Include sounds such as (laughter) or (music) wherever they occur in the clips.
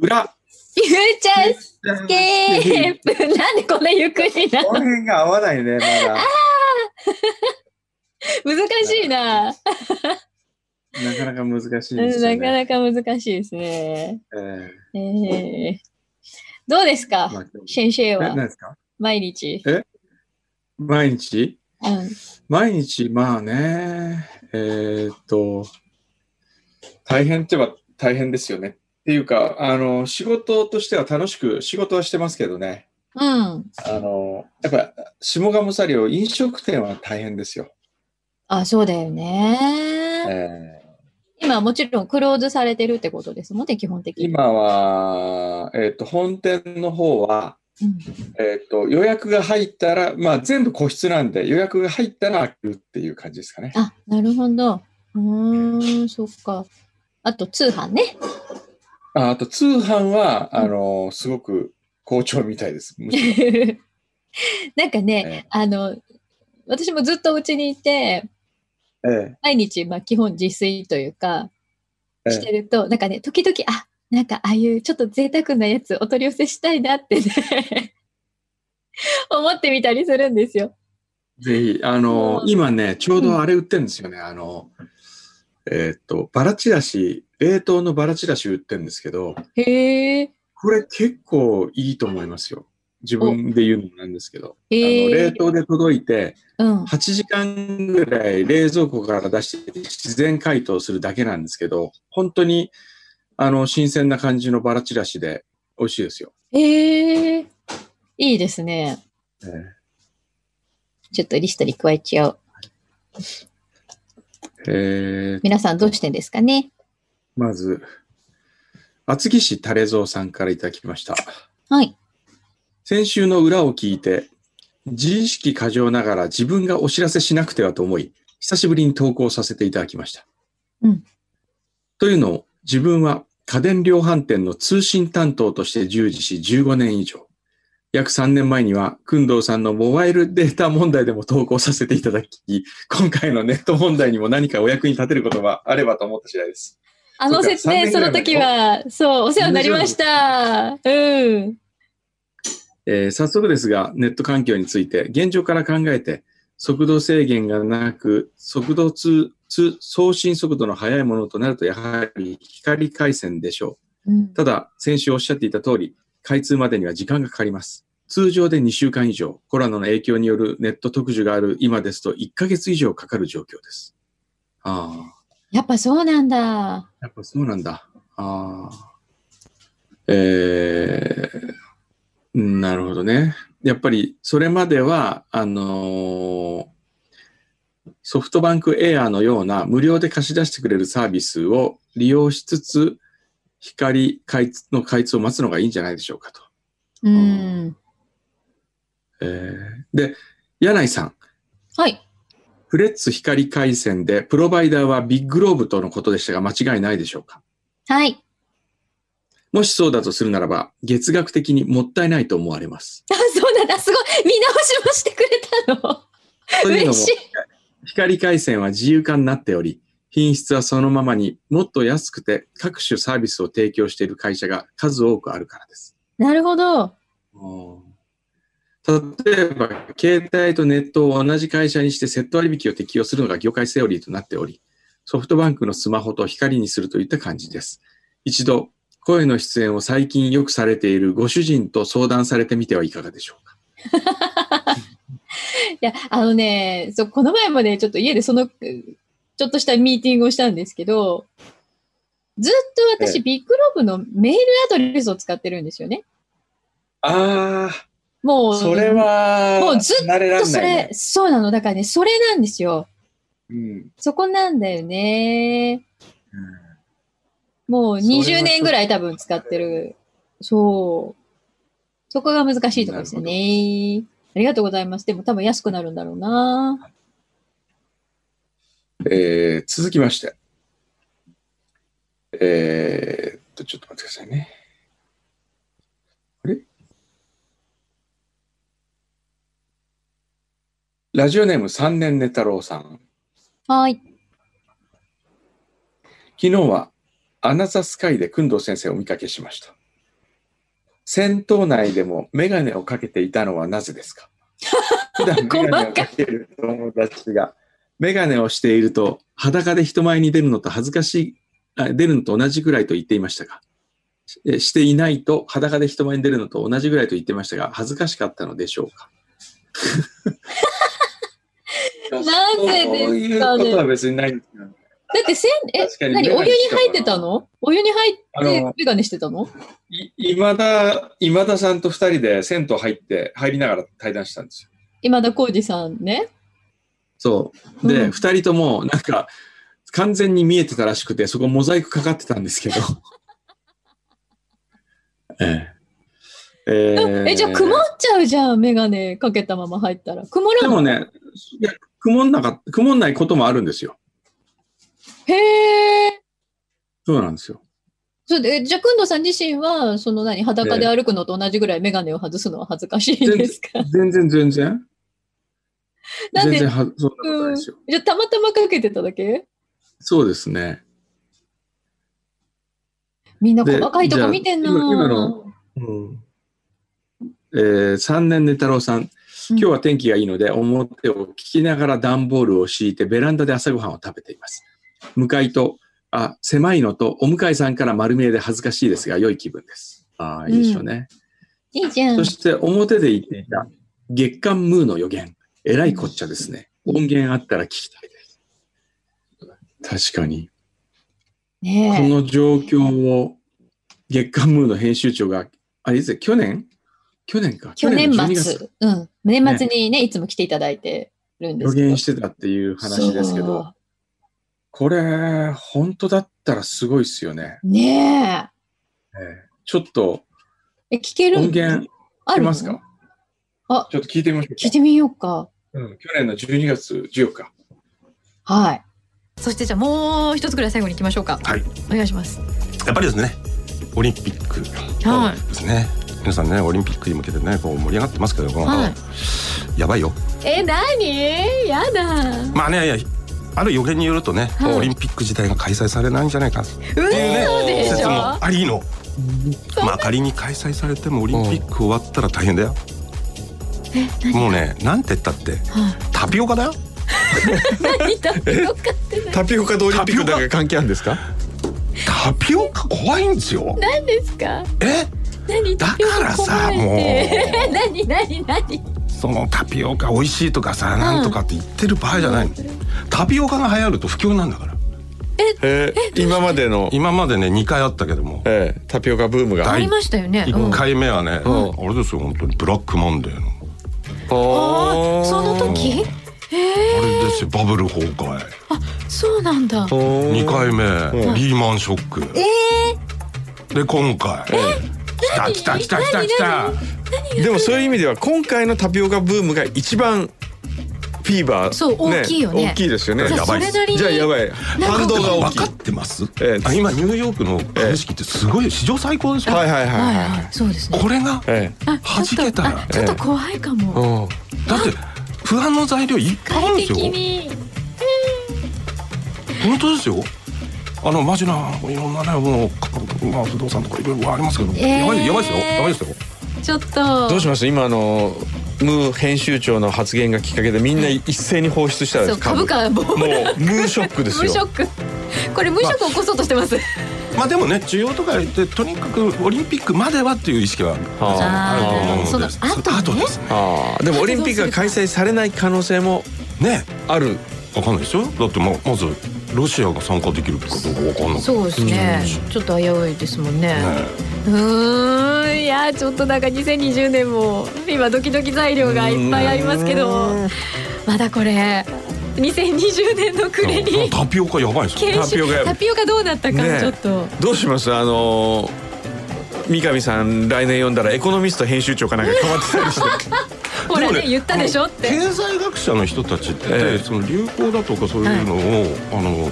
フューチャースケープなんでこんなゆっくりなこの辺が合わないね、まだ。難しいな。なかなか難しいですうんよなかね。なか難しいですね。えええーどうですか、まあシェンシェイえは何ですか毎日。毎日うん毎日、まあね、えーっと、大変ってば大変ですよね。っていうか、あの、仕事としては楽しく、仕事はしてますけどね、うん。あの、やっぱ、下鴨サリオ、飲食店は大変ですよ。あ、そうだよえね。え今もちろんクローズされてるってことですもんね、基本的に。今は、えーっと、本店の方は、うんえーっと、予約が入ったら、まあ全部個室なんで、予約が入ったら開けるっていう感じですかね。あ、なるほど。うーん、そっか。あと通販ね。ああと、通販は、うんあの、すごく好調みたいです。むしろ (laughs) なんかね、ええあの、私もずっとうちにいて、え毎日、まあ、基本自炊というか、ええしてると、なんかね、時々、あなんかああいうちょっと贅沢なやつお取り寄せしたいなってね、 (laughs) 思ってみたりするんですよ。え、ぜひ、あのう、ん今ね、ちょうどあれ売ってるんですよね。あの、えーっと、バラチラシ、冷凍のバラチラシ売ってるんですけど、へえ。これ結構いいと思いますよ。自分で言うのもなんですけど、あのへ冷え。凍で届いて、うん。 8時間ぐらい冷蔵庫から出して自然解凍するだけなんですけど、本当に、あの、新鮮な感じのバラチラシで美味しいですよ。へえ。いいですね。ちょっとリストに加えちゃおう。えー皆さんどうしてんですかねまず、厚木市垂れ蔵さんからいただきました。はい。先週の裏を聞いて、自意識過剰ながら自分がお知らせしなくてはと思い、久しぶりに投稿させていただきました。うんというのを、自分は家電量販店の通信担当として従事し15年以上。約3年前には、工藤さんのモバイルデータ問題でも投稿させていただき、今回のネット問題にも何かお役に立てることがあればと思った次第です。あの説明、そそうかの時は、そう、お世話になりました。うん。えー早速ですが、ネット環境について、現状から考えて、速度制限がなく、速度通、通、送信速度の速いものとなると、やはり光回線でしょうんう。ただ、先週おっしゃっていた通り、開通までには時間がかかります。通常で2週間以上、コロナの影響によるネット特需がある今ですと1ヶ月以上かかる状況です。ああ、やっぱそうなんだ。やっぱそうなんだ。ああ。えー、うんなるほどね。やっぱりそれまでは、あのーソフトバンクエアのような無料で貸し出してくれるサービスを利用しつつ、光開通の開通を待つのがいいんじゃないでしょうかと。うん。えーで、柳井さん、はい。フレッツ光回線でプロバイダーはビッグローブとのことでしたが間違いないでしょうかはい。もしそうだとするならば、月額的にもったいないと思われます。あ、 (laughs) そうなんだ。すごい。見直しもしてくれたの。というの (laughs) 嬉も、しい。光回線は自由化になっており、品質はそのままにもっと安くて各種サービスを提供している会社が数多くあるからです。なるほど。例えば、携帯とネットを同じ会社にしてセット割引を適用するのが業界セオリーとなっており、ソフトバンクのスマホと光にするといった感じです。一度、声の出演を最近よくされているご主人と相談されてみてはいかがでしょうか。いや、あのね、そう、この前までちょっと家でその、うちょっとしたミーティングをしたんですけど、ずっとえ私、ビッグローブのメールアドレスを使ってるんですよね。あもあ、う、それは、もうずっ慣れらとんなそい、ねれ、。そうなの。だからね、それなんですよ。うんそこなんだよね。うんもうそれは20年ぐらい多分使ってる。そう。そこが難しいところですよね。ありがとうございます。でも多分安くなるんだろうな。えー続きまして。えーっと、ちょっと待ってくださいね。あれラジオネーム三年寝太郎さん。はい。昨日はアナザースカイで工藤先生をお見かけしました。戦闘内でもメガネをかけていたのはなぜです (laughs) か普段メガネをかける友達がメガネをしていると裸で人前に出るのと恥ずかしい、あ出るのと同じくらいと言っていましたが、しえしていないと裸で人前に出るのと同じぐらいと言ってましたが、恥ずかしかったのでしょうか (laughs) なぜですかねそういうことは別にないんですけどだってせん、え確か、に何メガお湯ネにしてたから入ってたのお湯に入ってあのメガネしてたのい今田、今田さんと二人で銭湯入って、入りながら対談したんですよ。今田浩二さんね。そう。で、うん二人とも、なんか、完全に見えてたらしくて、そこモザイクかかってたんですけど。 (laughs) ええ。ええ、じゃあ曇っちゃうじゃん、メガネかけたまま入ったら。曇でるもの、ね、いや曇んなか曇んないこともあるんですよ。へえ。そうなんですよ。そうで、えじゃあ、くんどさん自身は、その何、裸で歩くのと同じぐらいメガネを外すのは恥ずかしいんですか全然全然。 (laughs) なん全で然は、そんなことないうんですよ。じゃあ、たまたまかけてただけそうですね。みんなで細かいとこ見てんな。じゃあ今今のうん。えー、3年寝太郎さん。今日は天気がいいので、表を聞きながら段ボールを敷いて、ベランダで朝ごはんを食べています。向かいと、あ、狭いのと、お向かいさんから丸見えで恥ずかしいですが、良い気分です。ああ、いいでしょうね。いいじゃんそ。して、表で言っていた、月刊ムーの予言。えらいこっちゃですね。音源あったら聞きたいです。確かに。こねえ。の状況を、月刊ムーの編集長が、あれですね、去年去年か。去年の12月末、うん。年末にね、いつも来ていただいてるんで予すけど。言してたっていう話ですけど。そこれ、本当だったらすごいですよね。う。ねええちょっとえ。え、聞ける音源あ聞けるのますかあちょっと聞いてみましょう聞いか。てみようか。うん、去年の12月14日。はい。そしてじゃあもう一つぐらい最後に行きましょうか。はい。お願いします。やっぱりですねオリンピックはですね、皆さんねオリンピックに向けてねこう盛り上がってますけどこの、はいやばいよい。え、何やだ。まあねいやある予言によるとね、はいオリンピック自体が開催されないんじゃないかってい嘘うねでし説ょもありのまあ仮に開催されてもオリンピック終わったら大変だよ、え、何もうねなんて言ったっはていタピオカだよ何だってよかってなタピオカとオリンピックだけ関係あるんですかタピオカ怖いんですよ何ですかえ何だからさもうえ何何何そのタピオカ美味しいとかさなんとかって言ってる場合じゃない、タピオカが流行ると不況なんだからえー今までの、今までね2回あったけどもえータピオカブームが。あはいりましたよね。うん1回目はね、うんあれですよ本当にブラックマンデーのあおーーその時えあれですよバブル崩壊ー、そうなんだ。おー2回目、うんリーマンショックえで今回来た何来た来た来た来た何でもそういう意味では今回のタピオカブームが一番フィーバーそう大きいよね大きいですよねじゃあやばいそれなりにじゃあやばいなんか反動が大分きいかってます、ええあ今ニューヨークの株式ってすごい史上最高でしょ、はいはいはいーはいははいい、そうですね。これがえあ弾ちょっけとたらあちょっと怖いかも。えだって不安の材料いっぱいあるん快ですよ適に。本当ですよあのマジないろんなねもう、まあ、不動産とかいろいろありますけど、ええやばいやばいですよやばいですよちょっと。どうします今あのムー編集長の発言がきっかけでみんな一斉に放出したらそう株価もうもうムーショックです無よ職。これ無職を起こそうとしてます。まあでもね需要とか言ってとにかくオリンピックまではっていう意識はああると思うのそので後後ねで。すねーあーでもオリンピックが開催されない可能性もねあるわかんないですよだってままずロシアが参加できるかどうかわかんないそうですね。ちょっと危ういですもんね。うーん、いやちょっとなんか2020年も今ドキドキ材料がいっぱいありますけど、まだこれ2020年の暮れにタピオカやばいですよ検タピオカ証やタピオカどうなったかねちょっと。どうしますあのー三上さん来年読んだらエコノミスト編集長かなんか変わってたりしてほらでねもね言ったでしょって。経済学者の人たちって、ええその流行だとかそういうのを、あの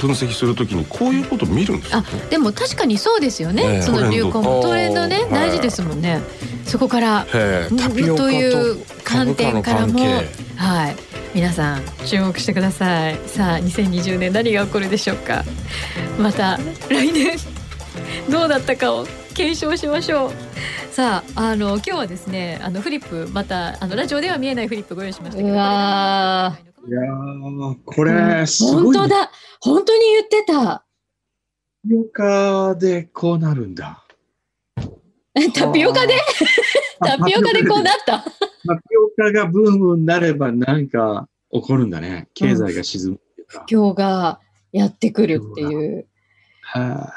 分析するときにこういうこと見るんですよあでも確かにそうですよね、ええその流行もトトレレンンドドねおー大事ですもんね、そこからええタピオカといとう観点からも株価の関はい皆さん注目してくださいさあ2020年何が起こるでしょうかまた来年どうだったかを検証しましょうさああの今日はですねあのフリップまたあのラジオでは見えないフリップご用意しましたけどうわいやー、これ、すご本い。当だ本当に言ってたタピオカでこうなるんだ。タピオカでタピオカでこうなった (laughs) タピオカがブームになればなんか起こるんだね。経済が沈むっていうか。今日がやってくるっていうは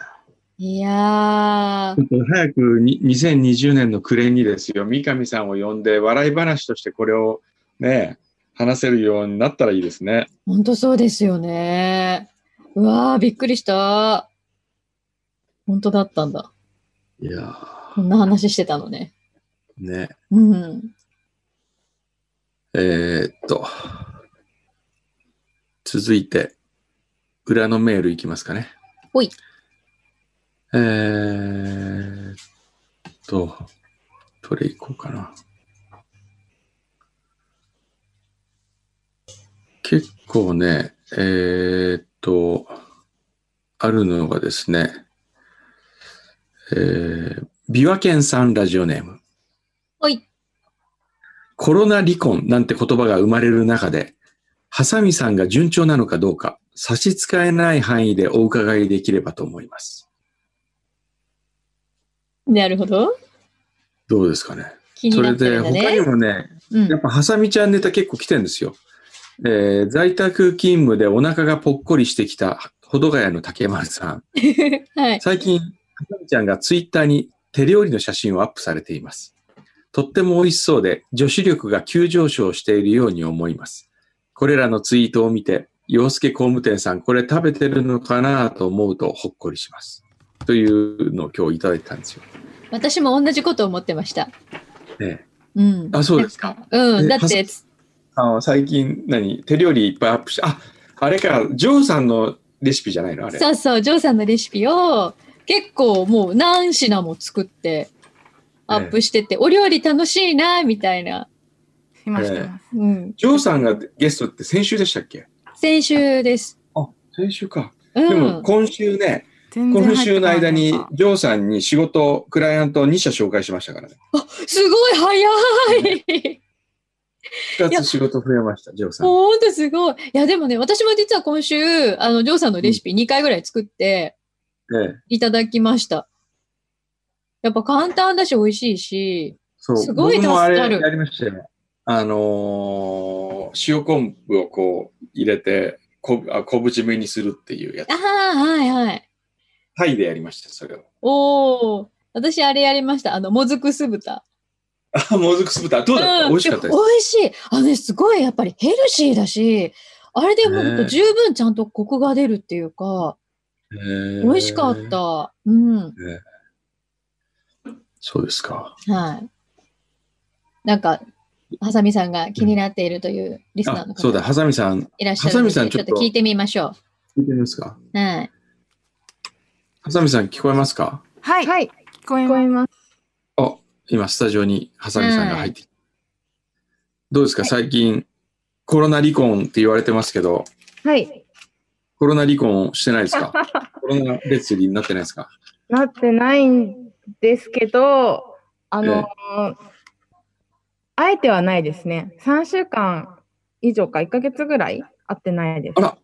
いやーい。ちょっと早くに2020年の暮れにですよ、三上さんを呼んで笑い話としてこれをね、話せるようになったらいいですね。本当そうですよねうわーびっくりした本当だったんだいやこんな話してたのねー、ね。うんえーっと、続いて、裏のメールいきますかね。ほい。えーっと、どれいこうかな。結構ね、えーっと、あるのがですね、えー、美和県さんラジオネーム。はいコロナ離婚なんて言葉が生まれる中で、ハサミさんが順調なのかどうか、差し支えない範囲でお伺いできればと思います。なるほどどうですかね。気にそなれってで、るんだ他にねもね、うんやっぱハサミちゃんネタ結構来てんですよ。えー在宅勤務でお腹がぽっこりしてきた保土ヶ谷の竹丸さん。 (laughs) はい最近、ハサミちゃんがツイッターに手料理の写真をアップされています。とっても美味しそうで、女子力が急上昇しているように思います。これらのツイートを見て、洋介工務店さん、これ食べてるのかなと思うとほっこりします。というのを今日いただいたんですよ。私も同じこと思ってましたねえうんあ、そうですか。うんえだっはさてあの最近何手料理いっぱいアップしてああれかジョーさんのレシピじゃないのあれそうそう、ジョーさんのレシピを結構もう何品も作ってアップしてて、お料理楽しいな、みたいな。しましたよ。うん。ジョーさんがゲストって先週でしたっけ先週です。先週か、うでもん。今週ね全然入今って週このない間になんかジョーさんに仕事クライアントを2社紹介しましたからねすごい早い2つ仕事増えましたジョーさんほんとすごい。いや、でもね、私も実は今週、あの、ジョーさんのレシピ2回ぐらい作ってでいただきました。やっぱ簡単だし、美味しいし。そうすごい僕もあれ助かやるりましたよあのー塩昆布をこう入れてこあ小ぶ締めにするっていうやつああ、はいはい。タイでやりましたそれをおー。私、あれやりました。あの、もずく酢豚。あもずく酢豚どうだった、うん美味しかったです美味しい。あのね、すごいやっぱりヘルシーだし、あれでもうほんとねえ十分ちゃんとコクが出るっていうか、美美味しかっ。た。うん。そうですか。はい。なんか、ハサミさんが気になっているというリスナーあの、そう方だ、がハサミさん、聞いらっしゃるので、ハサミさんちちょょっっとと聞いてみましょいてみますか。う。はい。ハサミさん、聞こえますかはい、はい、聞こえ聞こまえます。あ、今、スタジオにハサミさんが入ってきたどうですか、最近、コロナ離婚って言われてますけど、はい。コロナ離婚してない (laughs) ですかコロナ別離になってないですかなってないんですけど、あの、会えてはないですね。3週間以上か、1ヶ月ぐらい会ってないですあ。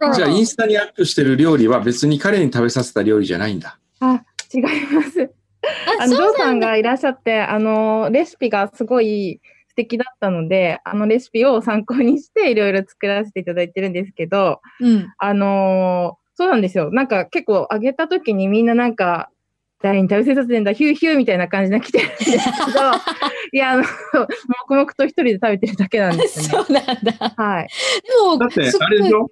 ら、じゃあ、インスタにアップしてる料理は別に彼に食べさせた料理じゃないんだ。あ、違います。ああ、の、ジョそーうさなんんだ。がいらっしゃって、あの、レシピがすごい素敵だったので、あのレシピを参考にして、いろいろ作らせていただいてるんですけど、うん。あのーそうなんですよ。なんか結構あげた時にみんななんか、誰に食べせさせてんだ、ヒューヒューみたいな感じで来てるんですけど、 (laughs) いや、あの、黙々と一人で食べてるだけなんですよそね。うなんだ。はでい。だも、ってす、あれでごいしょ工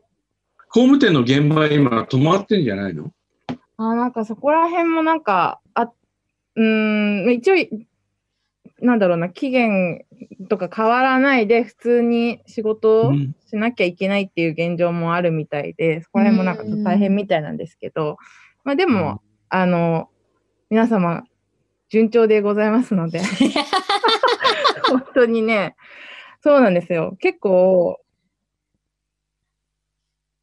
務店の現場今、止まってんじゃないのあなんかそこら辺もなんか、あうーん、一応、なんだろうな、期限とか変わらないで、普通に仕事をうんしなきゃいけないっていう現状もあるみたいで、そこら辺もなんかちょっと大変みたいなんですけど、まあでも、あの、皆様、順調でございますので、本当にね、そうなんですよ。結構、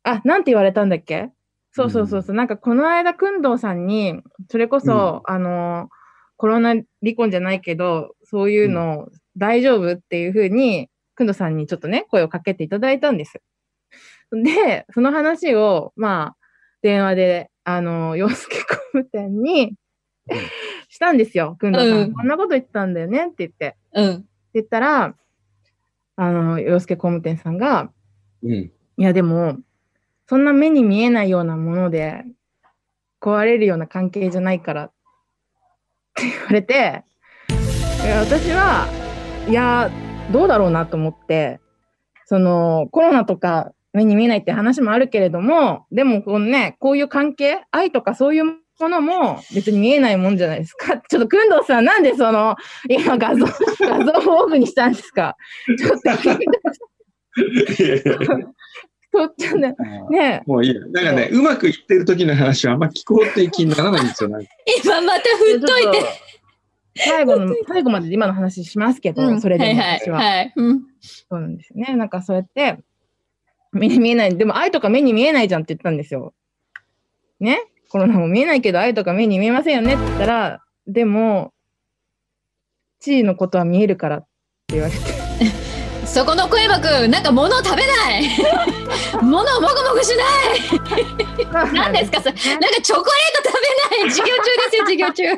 あ、なんて言われたんだっけそうそうそうそう。なんかこの間、くんどうさんに、それこそ、あの、コロナ離婚じゃないけど、そういうの大丈夫っていうふうに、くんどうさんにちょっとね、声をかけていただいたんです。で、その話を、まあ、電話で、あの、洋介工務店に、したんですよ、くんどうさん。うんこんなこと言ってたんだよねって言って。うん。って言ったら、あの、洋介工務店さんが、うん。いやでも、そんな目に見えないようなもので壊れるような関係じゃないからって言われて、いや私は、いや、どうだろうなと思って、そのコロナとか目に見えないって話もあるけれども、でもこのね、こういう関係、愛とかそういうものも別に見えないもんじゃないですか。ちょっと、くんどうさん、なんでその、今画像、画像をオフにしたんですかちょっと、そっちね、ねえ (laughs) もういいや。なんかね、うまくいってる時の話はあんま聞こうっていう気にならないんですよ。なんか今また振っといて。最後の、最後まで今の話しますけど、うんそれでもはい私は、はいはい。うん。そうなんですよね。なんかそうやって、目に見えない、でも愛とか目に見えないじゃんって言ったんですよ。ねコロナも見えないけど愛とか目に見えませんよねって言ったら、でも、地位のことは見えるからって言われて、そこの小山くん、なんか物を食べない。物をもぐもぐしない。 (laughs) 何です (laughs) かそれなんかチョコレート食べない。授業中ですよ、授業 (laughs) 中。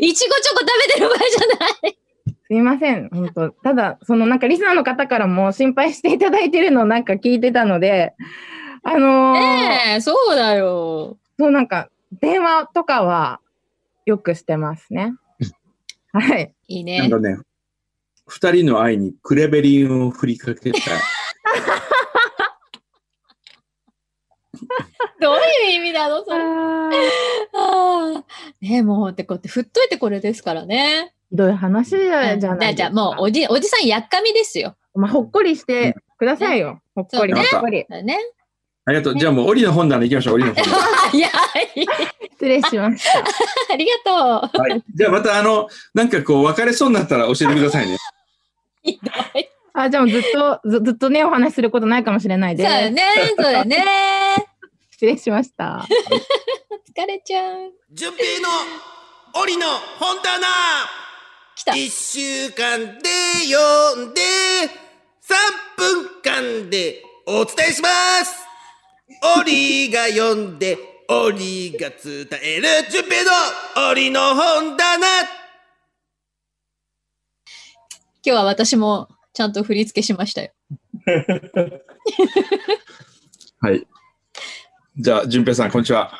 いちごチョコ食べてる場合じゃない。すいません、本当。ただ、そのなんかリスナーの方からも心配していただいてるのをなんか聞いてたので、あのーねえ、そうだよ。そうなんか、電話とかはよくしてますね。はい。いいなねんか。ね、二人の愛にクレベリンを振りかけた。どういう意味なのそれ。ひあーねえ、もうってこうやって振っといてこれですからね。どい話じゃじゃないじでゃすあか。もうおじ、おじさんやっかみですよ。まあ、ほっこりしてくださいよ。ほっこり、そほうっねこり。だ (laughs) ね。ありがとう。じゃあもう、檻の本棚行きましょう、檻の (laughs) 本棚。早い。失礼しました。ありがとう。はい。じゃあまた、あの、なんかこう、別れそうになったら教えてくださいね。ひどい。あ、じゃあもうずっと、ずずっとね、お話しすることないかもしれないそうだでね、そうだね。す。失礼しました。疲れちゃう。純平の檻の本棚来た。一週間で読んで三分間でお伝えします檻が読んで檻が伝える純平の檻の本棚今日は私もちゃんと振り付けしましたよ。はい。じゃあ、淳平さん、こんにちは。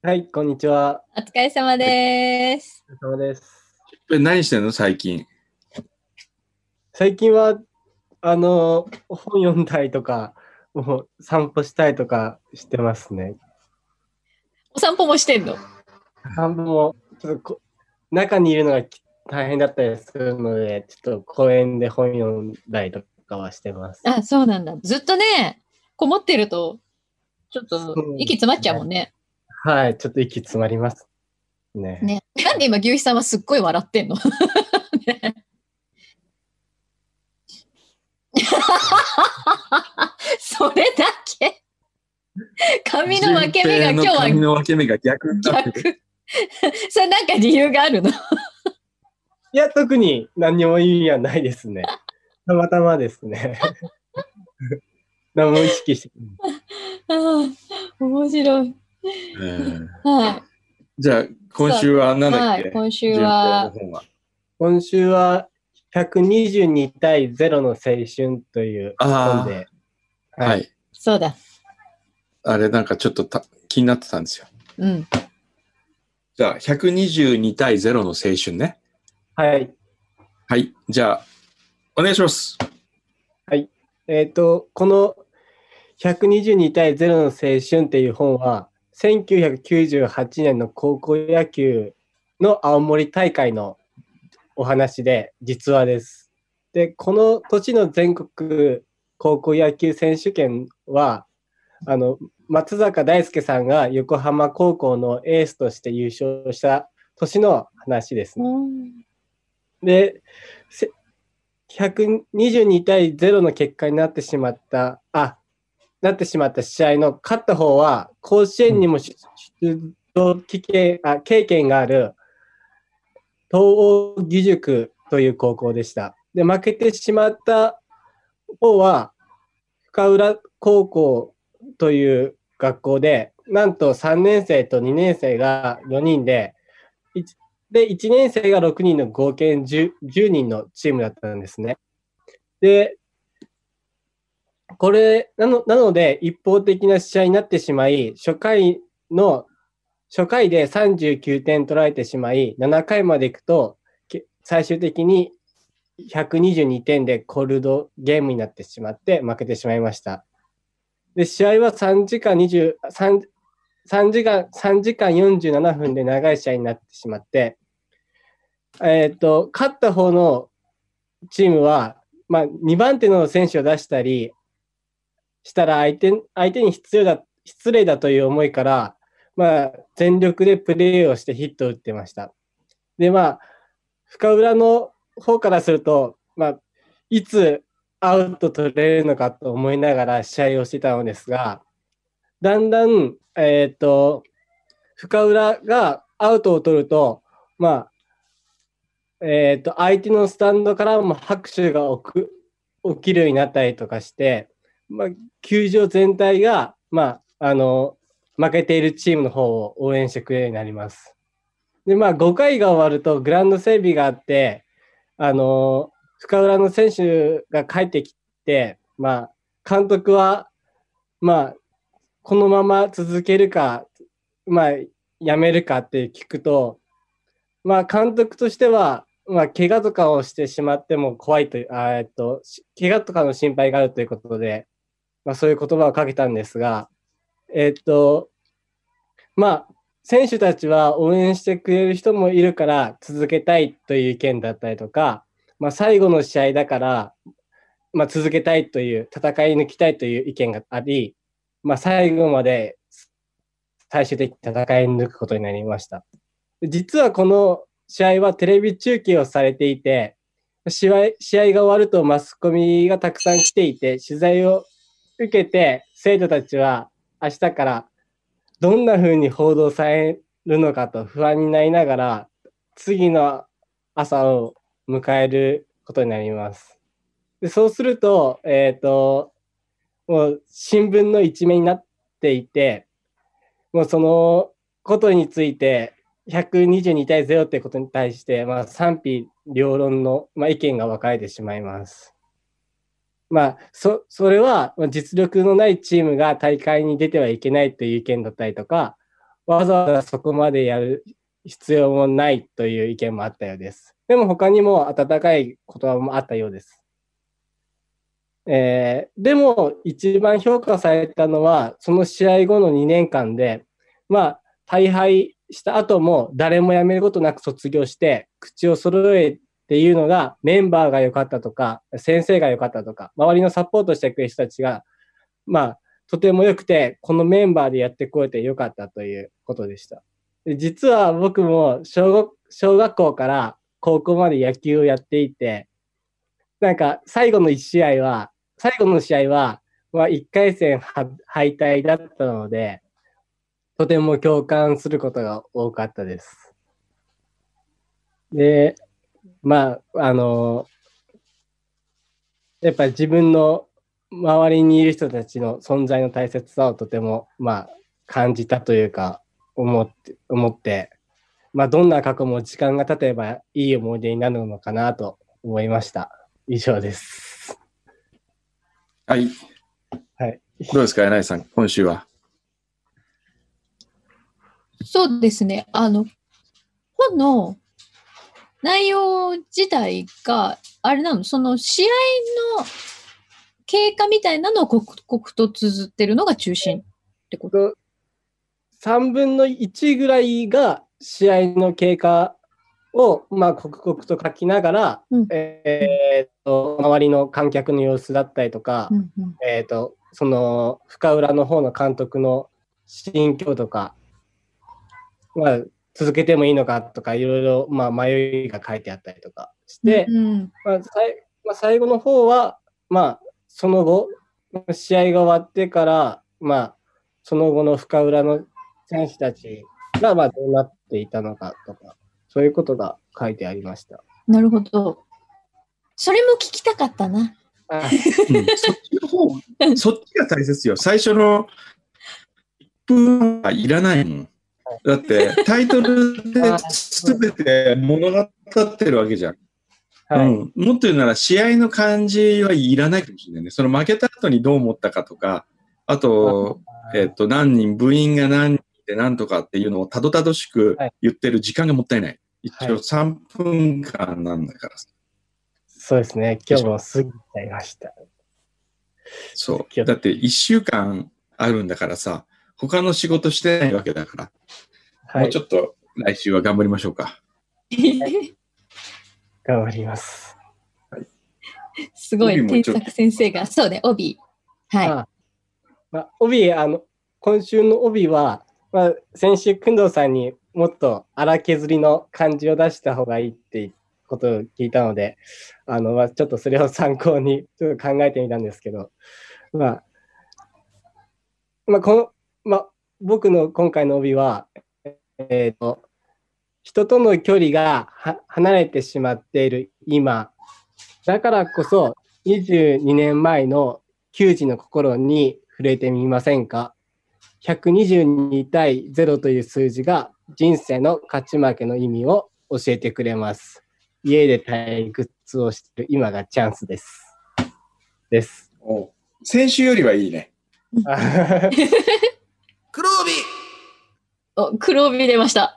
はい、こんにちは。お疲れ様です。お疲れ様です。え何してんの最近。最近は、あの、本読んだりとか、もう散歩したりとかしてますね。お散歩もしてんの散歩も、ちょっとこ中にいるのがき大変だったりするので、ちょっと公園で本読んだりとかはしてます。あ、そうなんだ。ずっとね、こもってると、ちょっそとうですね息詰まっちゃうもんね。はい、ちょっと息詰まりますね。ねなんで今、牛肥さんはすっごい笑ってんの (laughs) ねそれだけ髪の分け目が今日順平の髪はの分け目が逆になってる。逆。 (laughs) それなんか理由があるの (laughs) いや、特に何にも意味はないですね。たまたまですね。何も意識してああ、面白い。うんはじゃあ、今週は何い。だっはけい、今週は順、平の本は。今週は122対0の青春という本で、ははい、い。そうだ。あれ、なんかちょっとた気になってたんですよ。うん。じゃあ、122対0の青春ね。はい。はい。じゃあ、お願いします。えっ、と、この122対0の青春っていう本は、1998年の高校野球の青森大会のお話で、実話です。で、この年の全国高校野球選手権は、あの、松坂大輔さんが横浜高校のエースとして優勝した年の話ですね。で、せ122対0の結果になってしまった、あ、なってしまった試合の勝った方は、甲子園にも出出場経験あ経験がある、東欧義塾という高校でした。で、負けてしまった方は、深浦高校という学校で、なんと3年生と2年生が4人で、いちで、1年生が6人の合計 10, 10人のチームだったんですね。で、これ、なの、なので、一方的な試合になってしまい、初回の、初回で39点取られてしまい、7回まで行くと、け最終的に122点でコールドゲームになってしまって、負けてしまいました。で、試合は3時間20、3、3時間、3時間47分で長い試合になってしまって、えっ、と、勝った方のチームは、まあ、2番手の選手を出したりしたら相手相手に必要だ失礼だという思いから、まあ、全力でプレーをしてヒットを打ってました。で、まあ、深浦の方からすると、まあ、いつアウト取れるのかと思いながら試合をしてたのですが、だんだん、えっ、と、深浦がアウトを取ると、まあ、えー、と相手のスタンドからも拍手が起く起きるようになったりとかして、まあ、球場全体が、まあ、あの負けているチームの方を応援してくれるようになります。で、まあ、5回が終わるとグラウンド整備があって、あの深浦の選手が帰ってきて、まあ、監督は、まあ、このまま続けるか、まあ、やめるかって聞くと、まあ、監督としては、まあ、怪我とかをしてしまっても怖いという、あーえっと、し怪我とかの心配があるということで、まあ、そういう言葉をかけたんですが、えっと、まあ、選手たちは応援してくれる人もいるから続けたいという意見だったりとか、まあ、最後の試合だから、まあ、続けたいという、戦い抜きたいという意見があり、まあ、最後まで最終的に戦い抜くことになりました。実はこの試合はテレビ中継をされていて、試合試合が終わるとマスコミがたくさん来ていて、取材を受けて、生徒たちは明日からどんな風に報道されるのかと不安になりながら、次の朝を迎えることになります。でそうすると、えっ、と、もう新聞の一面になっていて、もうそのことについて、122対0ってことに対して、まあ、賛否両論の、まあ、意見が分かれてしまいます。まあ、そそれはまあ実力のないチームが大会に出てはいけないという意見だったりとか、わざわざそこまでやる必要もないという意見もあったようです。でも他にも温かい言葉もあったようです。えーでも一番評価されたのは、その試合後の2年間で、まあ、大敗した後も誰も辞めることなく卒業して口を揃えていうのがメンバーが良かったとか先生が良かったとか周りのサポートしてくれる人たちがまあとても良くてこのメンバーでやってこれて良かったということでしたで実は僕も小学小学校から高校まで野球をやっていてなんか最後の1試合は最後の試合は、まあ、1回戦は敗退だったので、とても共感することが多かったです。で、まあ、あの、やっぱ自分の周りにいる人たちの存在の大切さをとても、まあ、感じたというか、思って、思って、まあ、どんな過去も時間が経てばいい思い出になるのかなと思いました。以上です。はい。はい。どうですか、柳井さん、今週は。そうですね。あの、本の内容自体が、あれなの、その試合の経過みたいなのを刻々と綴ってるのが中心ってこと3分の1ぐらいが試合の経過を、まあ、刻々と書きながら、うんえーっと周りの観客の様子だったりとか、うんうんえーっとその深浦の方の監督の心境とか、まあ、続けてもいいのかとかいろいろ、まあ、迷いが書いてあったりとかして、うんまあさいまあ、最後の方は、まあ、その後試合が終わってから、まあ、その後の深浦の選手たちが、まあ、どうなっていたのかとか、そういうことが書いてあり (laughs) ました。なるほど。それも聞きたかったな。 (laughs) うあんそっちの方、そっちが大切よ。最初の1分はいらないもん。だって、タイトルで全て物語ってるわけじゃん。はいうん、もっと言うなら、試合の感じはいらないかもしれないね。その負けた後にどう思ったかとか、あと、えっと、何人、部員が何人で何とかっていうのをたどたどしくはい言ってる時間がもったいない。一はい応3分間なんだからさそうですね。今日も過ぎちゃいました。そ気う。をだって1週間あるんだからさ、他の仕事してないわけだから、はもういち。ょっと来週は頑張りましょうか。頑張ります。すご帯い、も添ちょっと削先生が。そうね、帯。はい。あまあ、帯、あの、今週の帯は、まあ、先週、工藤さんにもっと荒削りの感じを出した方がいいっていうことを聞いたので、あの、まあ、ちょっとそれを参考にちょっと考えてみたんですけど、まあ、まあ、この、まあ、僕の今回の帯は、えっ、と、人との距離がは離れてしまっている今、だからこそ22年前の球児の心に触れてみませんか122対0という数字が人生の勝ち負けの意味を教えてくれます家で退屈をしている今がチャンスです (laughs) です先週よりはいいね。あ黒帯お黒帯出ました。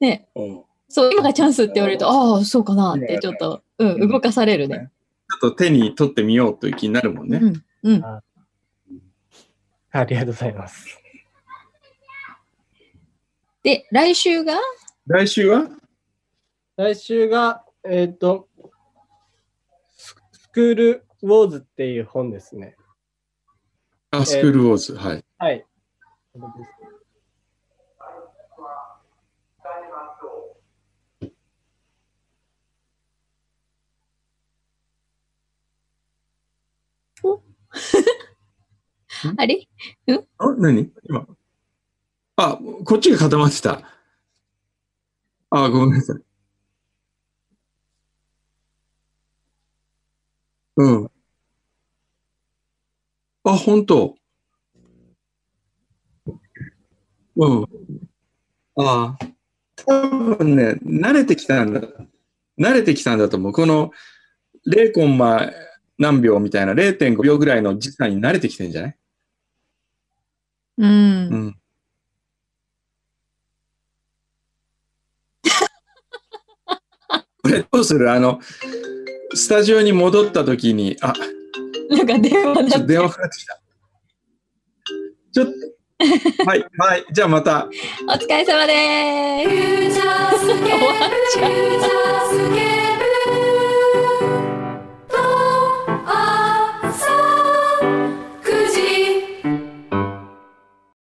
ねおうそう、今がチャンスって言われると、ああ、そうかなって、ちょっと、うん、動かされるね。ちょっと手に取ってみようという気になるもんね。うんうんありがとうございますで、来週が来週は来週がえっ、とススクールウォーズっていう本ですねあ、スクールウォーズ。はい。はいあれ (laughs) あ、何今。あ、こっちが固まってた。あ、ごめんなさい。うん。あ、本当。うん。ああ。多分ね、慣れてきたんだ。慣れてきたんだと思う。この0コンマ何秒みたいな0.5秒ぐらいの時差に慣れてきてんじゃないうんうん (laughs) うん。これどうするあの、スタジオに戻った時に、あ、ちなんか電話ょだっと電話かかってきた。ちょっと、はい、はい、じゃあまた。お疲れ様でーす。終わっちゃう